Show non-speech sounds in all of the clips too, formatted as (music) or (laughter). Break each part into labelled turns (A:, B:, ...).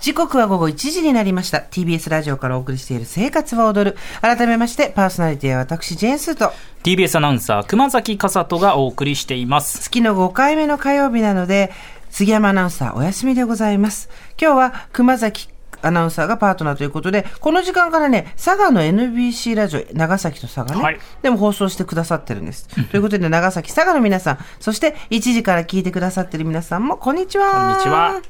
A: 時刻は午後1時になりました TBS ラジオからお送りしている「生活は踊る」改めましてパーソナリティは私ジェーンスーと
B: TBS アナウンサー熊崎笠人がお送りしています
A: 月の5回目の火曜日なので杉山アナウンサーお休みでございます今日は熊崎アナウンサーがパートナーということでこの時間からね佐賀の NBC ラジオ長崎と佐賀ね、
B: はい
A: でも放送してくださってるんですということで長崎佐賀の皆さんそして1時から聞いてくださってる皆さんもこんにちは
B: こんにちは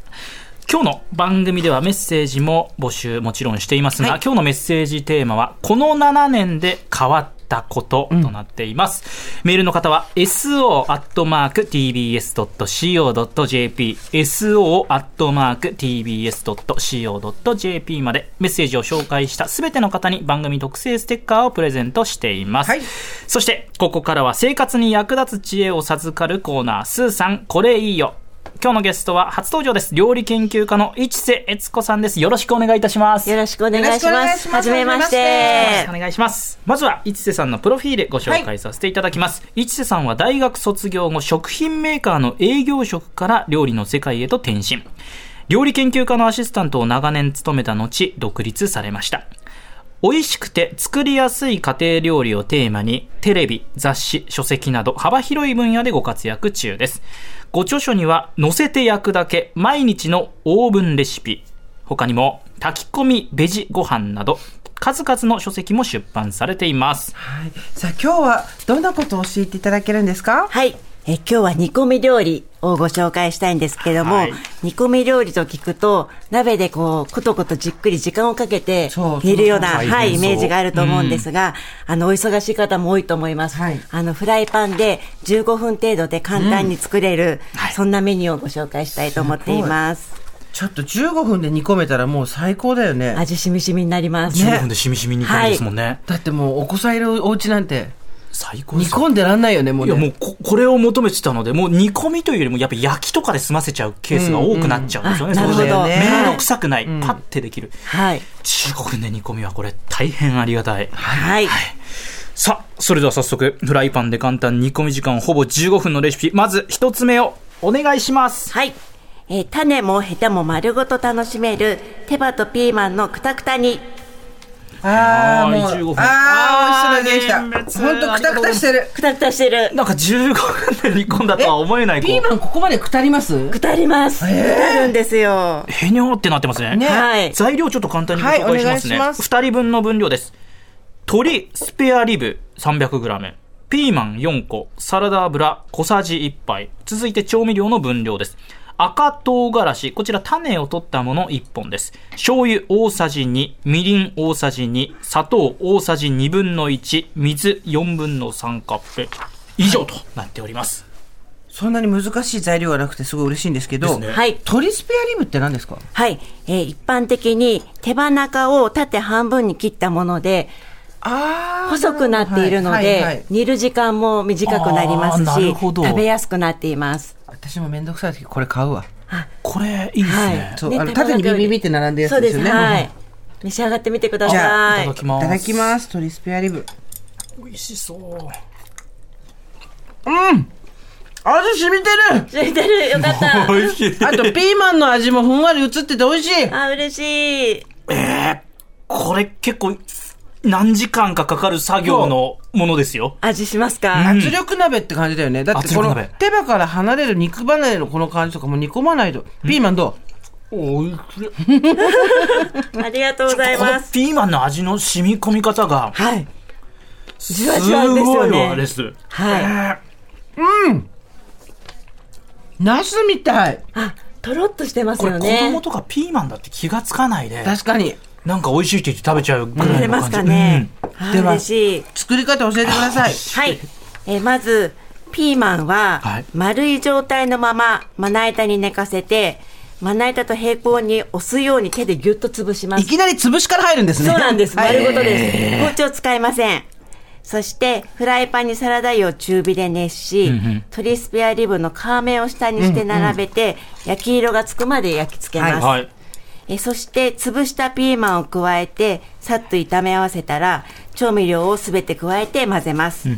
B: 今日の番組ではメッセージも募集もちろんしていますが、
A: はい
B: 今日のメッセージテーマはこの7年で変わったこととなっています、メールの方は so.tbs.co.jp so.tbs.co.jp までメッセージを紹介したすべての方に番組特製ステッカーをプレゼントしています、
A: はい
B: そしてここからは生活に役立つ知恵を授かるコーナースーさんこれいいよ今日のゲストは初登場です。料理研究家の市瀬悦子さんです。よろしくお願いいたします。
C: よ
B: よ
C: ろしくお願いします。
A: よろ
C: は
A: しく
C: じ
A: お願い
C: め
A: します
C: ま
B: ろ
C: し
B: してくお。願いします。まずは市瀬さんのプロフィールご紹介させていただきます。市瀬さんは大学卒業後、食品メーカーの営業職から料理の世界へと転身。料理研究家のアシスタントを長年務めた後、独立されました。美味しくて作りやすい家庭料理をテーマに、テレビ、雑誌、書籍など幅広い分野でご活躍中です。ご著書には、乗せて焼くだけ、毎日のオーブンレシピ、他にも、炊き込みベジご飯など、数々の書籍も出版されています。
A: はい、さあ今日はどんなことを教えていただけるんですか
C: はい。え今日は煮込み料理をご紹介したいんですけども、
B: はい
C: 煮込み料理と聞くと、鍋でこう、ことことじっくり時間をかけて
A: そう
C: 煮るような、
B: そうそう
C: は
B: 大
C: い、
B: 変
C: イ
B: そう
C: メージがあると思うんですが、あの、お忙しい方も多いと思います。
A: はい
C: あの、フライパンで15分程度で簡単に作れる、
B: はい
C: そんなメニューをご紹介したいと思っています。
A: ちょっと15分で煮込めたらもう最高だよね
C: 味しみしみになります。
A: ね
B: 15分でしみしみ煮込みですもんね。
A: だってもうお子さんいるお家なんて
B: 最高で
A: 煮
B: すよ
A: 込んでらんないよねもう
B: い
A: ね
B: やもうここれを求めてたので、もう煮込みというよりも、やっぱ焼きとかで済ませちゃうケースが多くなっちゃうんですよね、
C: うんうん
B: それで
A: あなるほど
B: めんどくさくない、パッてできる、
C: はい。
B: 15分で煮込みはこれ、大変ありがたい。
C: はい。
B: さあ、それでは早速、フライパンで簡単煮込み時間ほぼ15分のレシピ、まず一つ目をお願いします。
C: はい。えー種もヘタも丸ごと楽しめる、手羽とピーマンのくたくたに。
A: ああ
B: あー
A: もう
B: 15分
A: ああ美味しそう
B: あ
A: な
B: ー
A: できた
B: 人
A: ほん
B: 物
A: とくたくたしてる
C: くたくたしてる。
B: なんか15分で煮込んだとは思えない、こ
A: ピー
B: う、
A: マンここまでくたります
C: くたります。くたるんですよ。
B: へにょーってなってますね。
A: ね
C: はい。
B: 材料ちょっと簡単にご紹介しますね。
A: はいお願いしま
B: 二
A: す
B: 人分の分量です。鶏スペアリブ 300g、ピーマン4個、サラダ油小さじ1杯。続いて調味料の分量です。赤唐辛子、こちら種を取ったもの1本です。醤油大さじ2、みりん大さじ2、砂糖大さじ2分の1、水4分の3カップ。以上となっております。
A: そんなに難しい材料がなくてすごい嬉しいんですけど
B: ですね
C: はい。
A: 鶏スペアリブって何ですか
C: はい。えー一般的に手羽中を縦半分に切ったもので、
A: ああ
C: 細くなっているので、煮る時間も短くなります
B: あーな
C: し、
B: るほど
C: 食べやすくなっています。
A: 私もめんどくさい時これ買うわ
B: これ、いいですね。
C: はい
A: そう
C: ね
A: あの
C: 手羽中
A: 縦にビビビって並んでる
C: そ
A: や
C: う
A: つで
C: です
A: よ
C: す。
A: ね
C: はい。召し上がってみてくだ
A: じゃ
C: さ
B: いただ。
C: い
B: きま
A: い
B: す。
A: ただきます鶏スペアリブ
B: 美味しそう。
A: 味染みてる
C: ついてる。よかった。
B: 美味しい。
A: あとピーマンの味もふんわり移ってて美味しい
C: (laughs) あ、嬉しい。
B: これ結構何時間かかかる作業のものですよ。
C: 味しますか、
A: 圧力鍋って感じだよね。だってこ
B: 圧
A: の
B: 力鍋
A: 手羽から離れる肉離れのこの感じとかもう煮込まないと。ピーマンど
B: おいしい。
C: ありがとうござい
B: こ
C: ま
B: の
C: す。
B: ピーマンの味の染み込み方が、
C: はい。
B: す
C: じわじわです
B: ご
C: よ
B: い
C: ね
B: わ、です。
C: はい
B: え
A: うナスみたい
C: あ、とろっとしてま
B: ー
C: す
B: これ
C: よ
B: 子
C: ね。
B: 供とかピーマンだって気がつかないで、
A: 確かに。
B: なんか美味しいって言って食べちゃうぐら
C: 食
B: い
C: べ
B: の
C: ま
B: 感
C: す
B: じ。
C: かね。
A: で
C: で
A: は
C: 嬉しい。
A: 作り方教えてください。
C: はい。えーまず、ピーマンは
B: はい、
C: 丸い状態のまま、まな板に寝かせて、まな板と平行に押すように手でギュッと潰しま
A: い
C: す。
A: きなり潰しから入るんですね。
C: そうなんです。
A: はい
C: 丸ごとです。包丁使いません。そして、フライパンにサラダ油を中火で熱し、鶏スペアリブの皮目を下にして並べて、焼き色がつくまで焼き付けます。
B: はい。
C: えそして潰したピーマンを加えてさっと炒め合わせたら調味料をすべて加えて混ぜます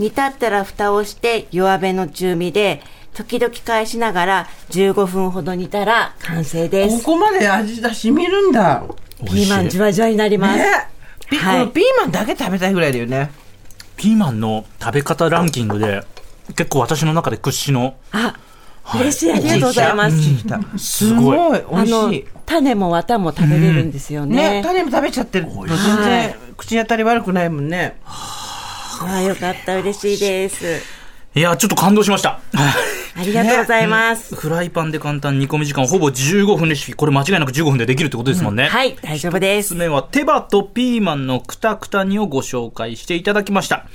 C: 煮立ったら蓋をして弱めの中火で時々返しながら15分ほど煮たら完成で
A: こ
C: す。
A: こまで味が染みるんだ。
C: ピーマンじわじわになります。
A: ね。ピ
C: はい
A: このピーマンだけ食べたいぐらいだよね。
B: ピーマンの食べ方ランキングで結構私の中で屈指の
C: あ、
B: い
C: 嬉しい。ありがとうございます。
A: うん
B: す
A: す
B: ごい
A: ごい美
C: あ
A: 味
C: の
A: しい。、
C: 種も綿も食べれるんですよ
A: ね
C: ね。、
A: 種も食べちゃってると全
C: は
A: 然口当たり悪くないもんね。
C: ああ、よかった。嬉しいです。
B: いやちょっと感動しま
C: (laughs)
B: した
C: ありがとうございます。
B: フライパンで簡単煮込み時間ほぼ15分レシピこれ間違いなく15分でできるってことですもんね、
C: はい、大丈夫で
B: 一つ
C: す。
B: 目は手羽とピーマンのくたくた煮をご紹介していただきました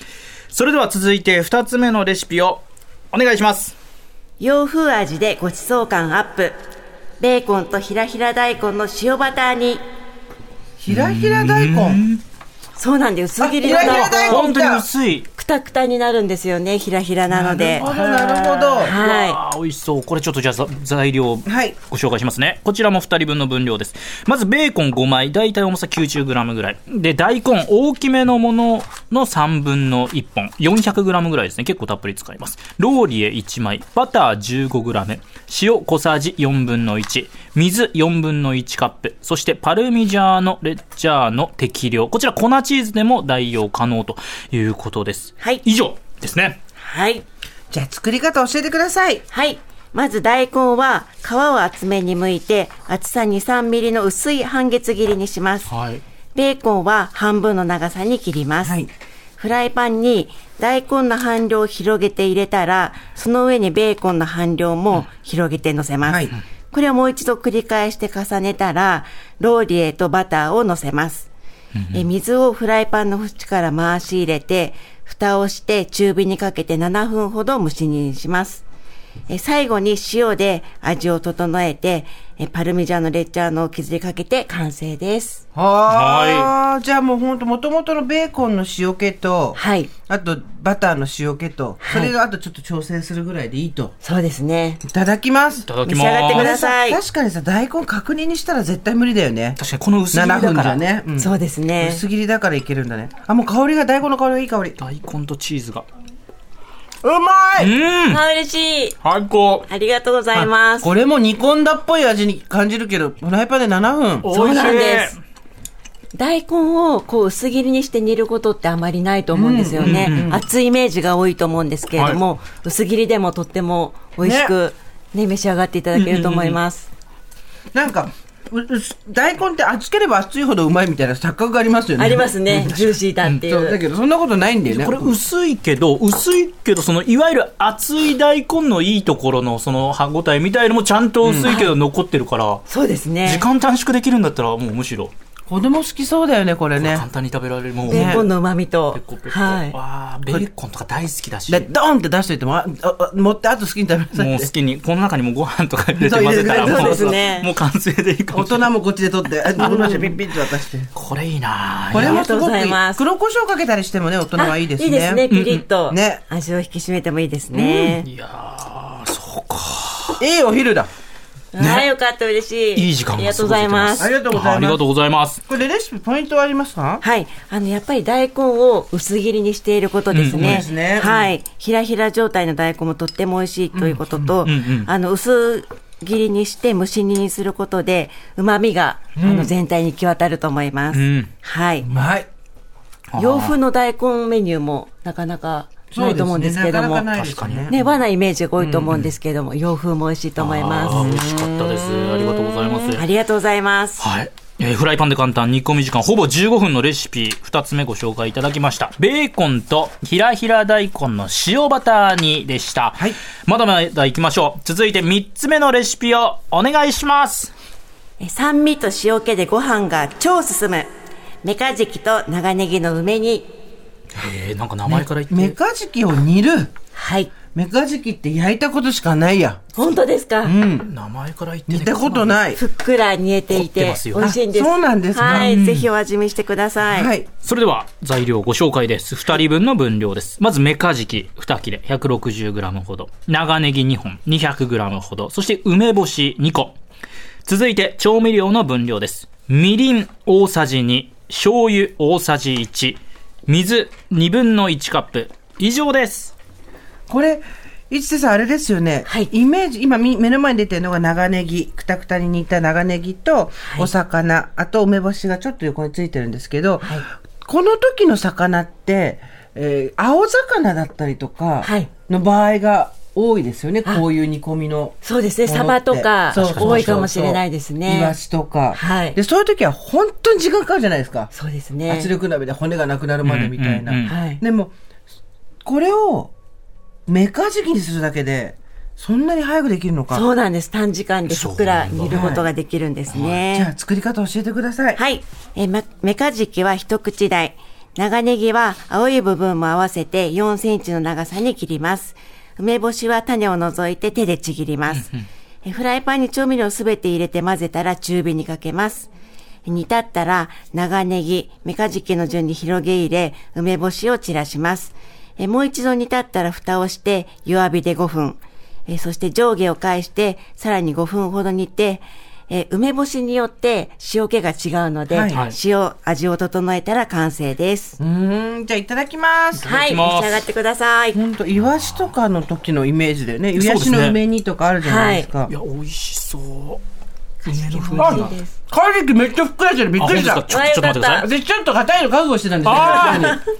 B: それでは続いて2つ目のレシピをお願いします
C: 洋風味でごちそう感アップ。ベーコンとひらひら大根の塩バターに。
A: ひらひら大根。
C: そうなんで薄切りの
A: あひらひら大根
B: 本当に薄い
C: くたくたになるんですよね、ひらひらなので。
A: なるほどなるほど。
C: はい。
B: あー美味しそうこれちょっとじゃあざ材料を
A: はい
B: ご紹介しますねこちらも2人分の分量ですまずベーコン5枚大体重さ 90g ぐらいで大根大きめのものの3分の1本 400g ぐらいですね結構たっぷり使いますローリエ1枚バター 15g 塩小さじ4分の1水4分の1カップそしてパルミジャーノレッジャーの適量こちら粉チーズでも代用可能ということです
C: はい
B: 以上ですね
C: はい。
A: じゃあ作り方教えてください。
C: はい。まず大根は皮を厚めに剥いて厚さ2、3ミリの薄い半月切りにします。
B: はい
C: ベーコンは半分の長さに切ります。
A: はい
C: フライパンに大根の半量を広げて入れたら、その上にベーコンの半量も広げて乗せます。
A: はい
C: これをもう一度繰り返して重ねたら、ローリエとバターを乗せます。え水をフライパンの縁から回し入れて、蓋をして中火にかけて7分ほど蒸し煮にします。え最後に塩で味を整えて、えパルミジャーノレッジャーノを削りかけて完成です。
A: はあ。じゃあもう本当元々のベーコンの塩気と、
C: はい。
A: あとバターの塩気と、
C: は
A: そ
C: い
A: れがあとちょっと調整するぐらいでいいと。
C: そうですね。
A: いただきます。
B: いただき
C: 召し上がってく
B: ま
C: だ
B: す
C: さい
A: 確かにさ大根角煮にしたら絶対無理だよね。
B: 確かにこの薄切りだ
A: 7
B: か
A: 分じ
B: ら
A: ゃね。うん
C: そうですね。
A: 薄切りだからいけるんだね。あもう香りが大根の香りがいい香り。
B: 大根とチーズが
A: うまい。
B: うん
C: あ、嬉しい。
B: 最高
C: ありがとうございます。
A: これも煮込んだっぽい味に感じるけどフライパンで7分。
C: そうなんです大根をこう薄切りにして煮ることってあまりないと思うんですよね。熱いイメージが多いと思うんですけれども、薄切りでもとっても美味しくね召し上がっていただけると思います。
A: なんかううす大根って熱ければ熱いほどうまいみたいな錯覚がありますよね。
C: ありますね、ジューシーだってい
A: そうだ
C: う。
A: けどそんなことないんだよね。
B: これ薄いけど薄いけどそのいわゆる厚い大根のいいところのその歯ごたえみたいのもちゃんと薄いけど残ってるから、
C: そうですね
B: 時。間短縮できるんだったらもうむしろ
A: 子供好きそうだよねこれね
B: 簡。単に食べられるもう
C: ベ
B: ね
C: ーコンの旨味と
B: ペコペ。コ
C: はい。
B: わーベーコンとか大好きだし
A: でドーンって出しといてもあああ持ってあと好きに食べなさい
B: も
A: っ
B: う好
A: て。
B: きにこの中にもご飯とか入れて
A: そう
B: 混ぜた
A: 入れ
B: ら
A: て
B: も
A: そう
B: う
A: です
C: ね
B: もう完成でいいか
A: 大
B: もしれない
A: 人もこっちで取
C: (laughs)
A: って、あ子供たちピッピッと渡して。
B: これいいな
A: これもすご
C: ありがとうご
A: く
C: ざ
A: い
C: い
A: い
C: ます
A: 黒胡椒かけたりしてもね、大人
C: あ
A: はいいですね。
C: いいですね、ピリッと
A: うんね。
C: 味を引き締めてもいいですね。
B: いやーそうか
A: いいお昼だ。
C: はい、よかった、嬉し
B: い
C: い。
B: い時間
C: あ
B: が
C: りがとうございま
A: あ
C: す
A: り。がとうございます。
B: ありがとうございます
A: これレシピポイントはありますか
C: はい。あの、やっぱり大根を薄切りにしていることで
A: うん
C: すね。
A: そうですね。
C: はい。ひらひら状態の大根もとっても美味しいということと、あの、薄切りにして蒸し煮にすることで、旨味が、あの、全体に行き渡ると思います。
B: うん
C: はいう
A: まい。
C: 洋風の大根メニューもなかなかないと思うんですけど
A: な
C: も。
A: かなかないですよね。
C: ね、和なイメージが多いと思うんですけども、洋風も美味しいと思い
B: あー
C: ま
B: 美味しかったですありがとうございます
C: す。ありがとうございます。
B: はい。えーフライパンで簡単煮込み時間ほぼ15分のレシピ2つ目ご紹介いただきましたベーコンとひらひら大根の塩バター煮でした、
A: はい
B: まだまだいきましょう続いて3つ目のレシピをお願いします
C: え酸味と塩気でご飯が超進むメカジキと長ネギの梅煮
B: えー、なんか名前から言って、
A: メカジキを煮る。
C: はい
A: メカジキって焼いたことしかないや。
C: 本当ですか、
B: 名前から言って、
A: 煮たことない。
C: ふっくら煮えてい
B: 凝って
C: て
B: ます
C: 美
B: よ
C: 味しいんです
A: あそうなんですか
C: はい、
A: うん
C: ぜひお味見してください、
A: はい。
B: それでは材料ご紹介です。2人分の分量です。まずメカジキ2切れ 160g ほど。長ネギ2本 200g ほど。そして梅干し2個。続いて調味料の分量です。みりん大さじ2、醤油大さじ1、水1 2分の1カップ。以上です。
A: これ、一瀬さん、あれですよね。
C: はい
A: イメージ、今み目の前に出てるのが長ネギ、くたくたに煮た長ネギと、
C: い
A: お魚、あと梅干しがちょっと横についてるんですけど、
C: はい
A: この時の魚って、えー青魚だったりとか
C: はい、
A: の場合が多いですよね、
C: あ
A: こういう煮込みの。
C: そうですね
A: ものって
C: サバとか
A: そうそうそう
C: 多いかもしれないですね
A: イワシとか。
C: はい
A: で、そういう時は本当に時間かかるじゃないですか。
C: そうですね。
A: 圧力鍋で骨がなくなるまでみたいな。
B: うんうんうん
C: はい。
A: でも、これを、メカジキにするだけで、そんなに早くできるのか。
C: そうなんです。短時間でふっくら煮ることができるんです
A: じゃ
C: ね。
A: あ、作り方教えてください。
C: はい。えー、まメカジキは一口大。長ネギは青い部分も合わせて4センチの長さに切ります。梅干しは種を除いて手でちぎります。えーフライパンに調味料すべて入れて混ぜたら中火にかけます。煮立ったら長ネギ、メカジキの順に広げ入れ、梅干しを散らします。えーもう一度煮立ったら蓋をして弱火で5分。えーそして上下を返して、さらに5分ほど煮て、えー梅干しによって塩気が違うので、
A: はい
B: はい
C: 塩、味を整えたら完成です。
A: うーん、じゃあ、いただきます。
B: ただ
C: はい、
B: きます
C: 召し上がってください。
A: ほんと、イワシとかの時のイメージだよね。イ
B: そうですね
A: ワシの梅煮とかあるじゃないですか。
B: いや、美味しそう。梅の風
C: 美味
B: 味
C: し
B: が
C: い。です。
A: カジキめっちゃふっくらしてる。びっ
B: あ、
A: く
B: 本当
A: り
B: で
A: し
B: すか
A: た
B: ち。ょちょっと待ってください。
A: 私ちょっと硬いの覚悟してたんですよ。
B: あー
A: 最初に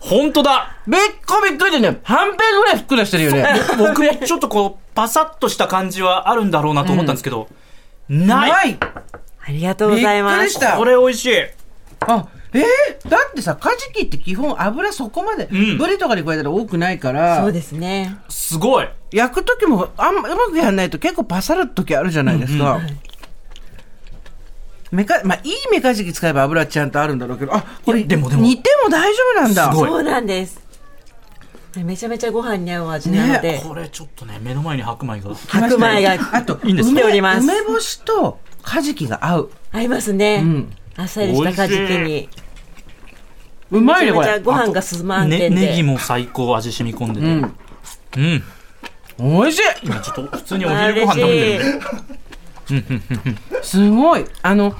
B: 本当だ
A: べっこびっくりでね、半ページぐらいふっくらしてるよね。
B: 僕もちょっとこう、パサッとした感じはあるんだろうなと思ったんですけど、ない
A: ない
C: ありがとうござ
A: びっ
C: い
A: く
C: ま
A: りし
C: す。
A: た
B: これ美味しい。
A: あえー、だってさカジキって基本油そこまで、
B: ん
A: ブリとかに比べたら多くないから
C: そうですね。
B: すごい。
A: 焼く時もあんうまくやんないと結構パサる時あるじゃないですか、メカまあ、いいメカジキ使えば油ちゃんとあるんだろうけどあこれ
B: いやでもでも
A: 煮ても大丈夫なんだ
B: すごい
C: そうなんです。めちゃめちゃご飯に合う味
A: ね
C: なので、
B: これちょっとね、目の前に白米が。
A: 来ま
C: 白
A: した
C: 米が
A: あと
B: いいんですか
A: 梅
C: 来ております
A: 梅干しとカジキが合う
C: 合いますね。
A: ん
C: あっさりしたカジキ
B: 美味し
C: に。
A: う
C: め
A: まい
C: ち
A: ね
C: ゃめ
A: こ
C: ちゃ
A: れ
C: ご飯が進まんで
B: ね、
C: んで。
B: ネギも最高味染み込んでて。
A: ん
B: うん。
A: おいしい
B: 今ちょっと普通にお昼ご飯食べてるんで。
A: すごいあの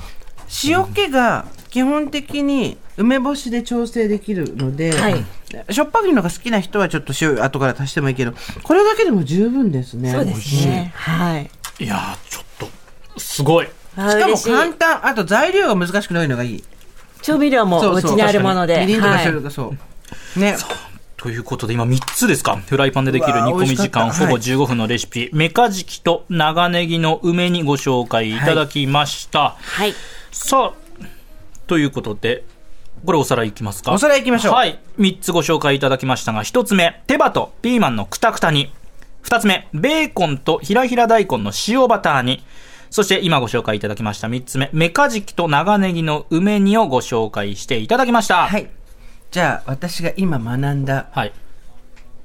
A: 塩気が基本的に梅干しで調整できるので、
C: はい
A: しょっぱいのが好きな人はちょっと塩後から足してもいいけどこれだけでも十分ですね
C: そうですね。はい。
B: いやー、ちょっと、すごい。
C: あ
A: しかも
C: 嬉し
A: 簡
C: い。
A: 単あと材料が難しくないのがいい
C: 調味料もうちにあるもので。
A: みりんとか
C: は
A: 醤
C: い
A: 油とかそう、ね
B: ということで今3つですかフライパンでできる
A: うわー
B: 煮込み時
A: 美
B: 間
A: 味しか
B: ほ
A: った
B: ぼ15分のレシピ、メカジキと長ネギの梅にご紹介いただきました、
C: はい。
B: さあということでこれおさらいいきますか
A: おさらいいきましょう
B: はい3つご紹介いただきましたが1つ目手羽とピーマンのくたくたに2つ目ベーコンとひらひら大根の塩バターにそして今ご紹介いただきました3つ目メカジキと長ネギの梅煮をご紹介していただきました
A: はいじゃあ私が今学んだ
B: はい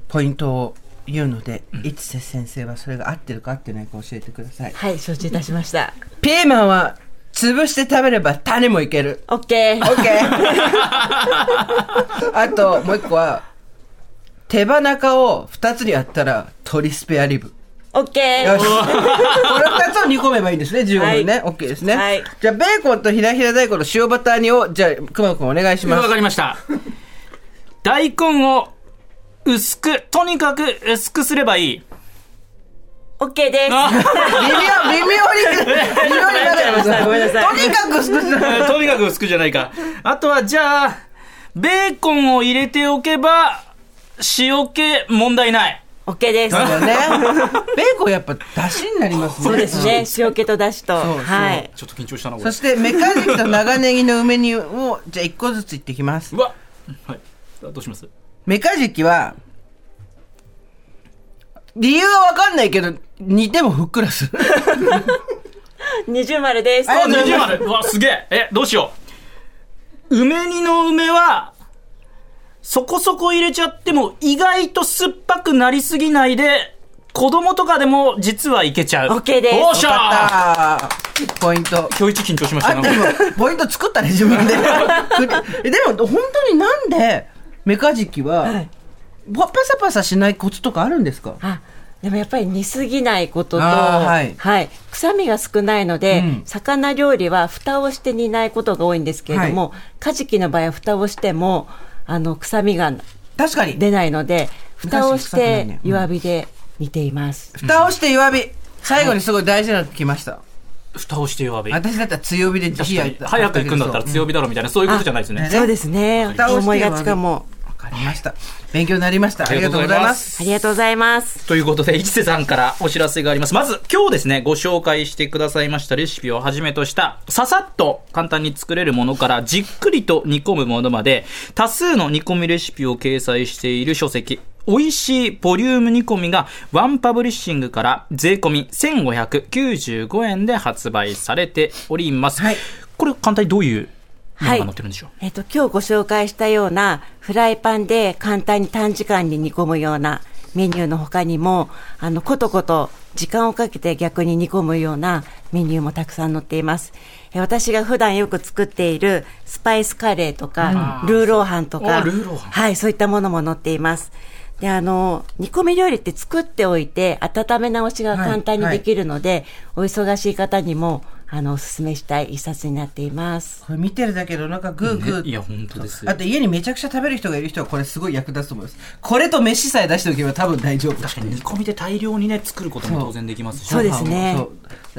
A: ポイントを言うので、一瀬先生はそれが合ってるか合ってないか教えてください
C: はい、承知いたしました。
A: ピーマンは潰して食べれば種もいける
C: (laughs) オッケ
A: オ
C: ー。
A: ッケー。あと、もう一個は、手羽中を二つにやったら、鶏スペアリブ。
C: オッケ
A: よし。
C: ー。
A: この二つを煮込めばいいんですね、15分ね。
C: は
A: オッケーですね。
C: はい
A: じゃあ、ベーコンとひらひら大根の塩バター煮を、じゃあ、くまくんお願いしま
B: わ
A: す。
B: かりま
A: (laughs)
B: した。大根を薄く、とにかく薄くすればいい。
C: オッケーです。
A: 微妙、微妙に、微妙になっちゃいました。
C: ごめんなさい
A: とにかく薄くする、
B: えー (laughs) とにかく薄くじゃないか。あとは、じゃあ、ベーコンを入れておけば、塩気問題ない。
C: オッケーです。
A: ね。ベーコンやっぱ、出汁になりますね。
C: そうですね。塩気と出汁と。
A: そう
C: はい。
B: ちょっと緊張したな、こ
A: そして、メカジキと長ネギの梅煮を、じゃあ、一個ずついってきます
B: う。わはい。どうします
A: メカジキは、理由はわかんないけど、煮てもふっくらする。
C: 二重丸です。
A: ありがとうございます
B: 20までうわ、すげえ。え、どうしよう。梅煮の梅は、そこそこ入れちゃっても意外と酸っぱくなりすぎないで、子供とかでも実はいけちゃう。
C: オッケーです
B: よっし
A: よ
B: ゃ
A: かったポイント。
B: ー今日一緊張しまし
A: あ、
B: た
A: で
B: ね
A: も。、ポイント作ったね、自分で。 (laughs) えでも、本当になんで、メカジキ
C: は、
A: はいパサパサしないコツとかあるんですか
C: あでもやっぱり煮すぎないことと、
A: あーは
C: はいい臭みが少ないので、
A: うん
C: 魚料理は蓋をして煮ないことが多いんですけれども、カジキの場合は蓋をしてもあの臭みが
A: 確かに。
C: 出ないので蓋をして弱火で煮ています。
A: 蓋をして弱火。最後にすごい大事なの来ました。
B: 蓋をして弱火。
A: 私だったら強火で
B: 確
A: 火
B: か
A: や
B: に早く行くんだったら強火だろうみたいな、そういうことじゃないですね。
C: そうですね。
A: 蓋をして弱火
C: 思いがちかも。
A: わかりました。勉強になりました。あ
B: あり
A: り
B: が
A: が
B: と
A: と
B: う
A: う
B: ご
A: ご
B: ざ
A: ざ
B: い
A: い
B: ま
A: ますす。
C: ありがとうございます。
B: ということで、一瀬さんからお知らせがあります。まず、今日ですね、ご紹介してくださいましたレシピをはじめとした、ささっと簡単に作れるものから、じっくりと煮込むものまで、多数の煮込みレシピを掲載している書籍、美味しいボリューム煮込みが、ワンパブリッシングから税込み1595円で発売されております。
A: はい
B: これ、簡単にどういうものが載ってるんでしょう、
C: えっと、今日ご紹介したようなフライパンで簡単に短時間に煮込むようなメニューの他にも、あの、コトコト時間をかけて逆に煮込むようなメニューもたくさん載っています。え私が普段よく作っているスパイスカレーとか、ルーローハンと
B: あ
C: か、
B: ルーローハン
C: はい、そういったものも載っています。で、あの、煮込み料理って作っておいて温め直しが簡単にできるので、お忙しい方にも、あの、お勧めしたい一冊になっています。
A: これ見てるだけどなんかグーグー、
B: ねいや本当ですよ
A: あと家にめちゃくちゃ食べる人がいる人はこれすごい役立つと思います。これと飯さえ出しておけば多分大丈夫。
B: 確かに煮込みで大量にね、作ることも当然できますし。
C: そうですね
A: そう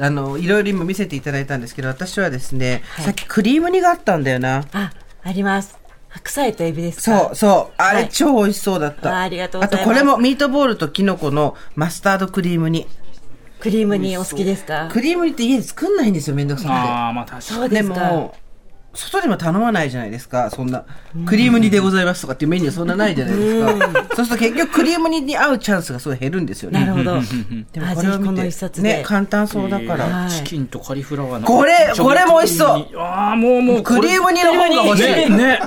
A: あのいろいろ今見せていただいたんですけど私はですね、さっきクリーム煮があったんだよな
C: あ、あります。白菜とエビですか
A: そうそうあれ
C: はい
A: 超美味しそうだった、
C: わあありがとうございます
A: あとこれもミートボールとキノコのマスタードクリーム煮
C: クリーム煮お好きですか
A: クリーム煮って家で作んないんですよめんどくさ
B: ああ、まあ確かに
C: そ
A: く
C: う
A: て
C: ですか
A: も外でも頼まないじゃないですかそんなクリーム煮でございますとかっていうメニューそんなないじゃないですかそうすると結局クリーム煮に合うチャンスがすごい減るんですよね
C: なるほど。あ、ぜ (laughs)
A: でもこれを
C: ひこ
A: 見
C: の
A: て
C: 一冊で。
A: ね簡単そうだから、
C: はい
B: チキンとカリフラワーの
A: これこれも美味しそう
B: うああもうもう
A: クリーム煮の方が欲しい
B: ねね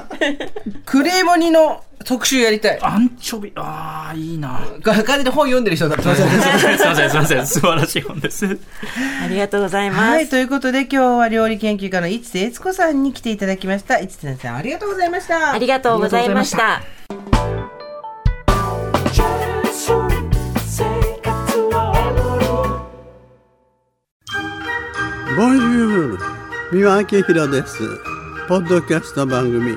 A: クレーム煮の特集やりたい。
B: アンチョビああいいな
A: 完全に本読んでる人だった。
B: (laughs) すいませんすいません素晴らしい本です
C: ありがとうございま
A: はい、
C: す。
A: ということで今日は料理研究家の一瀬悦子さんに来ていただきました。一瀬さんありがとうございました。
C: ありがとうございました。
D: ボンジュール三輪明宏ですポッドキャスト番組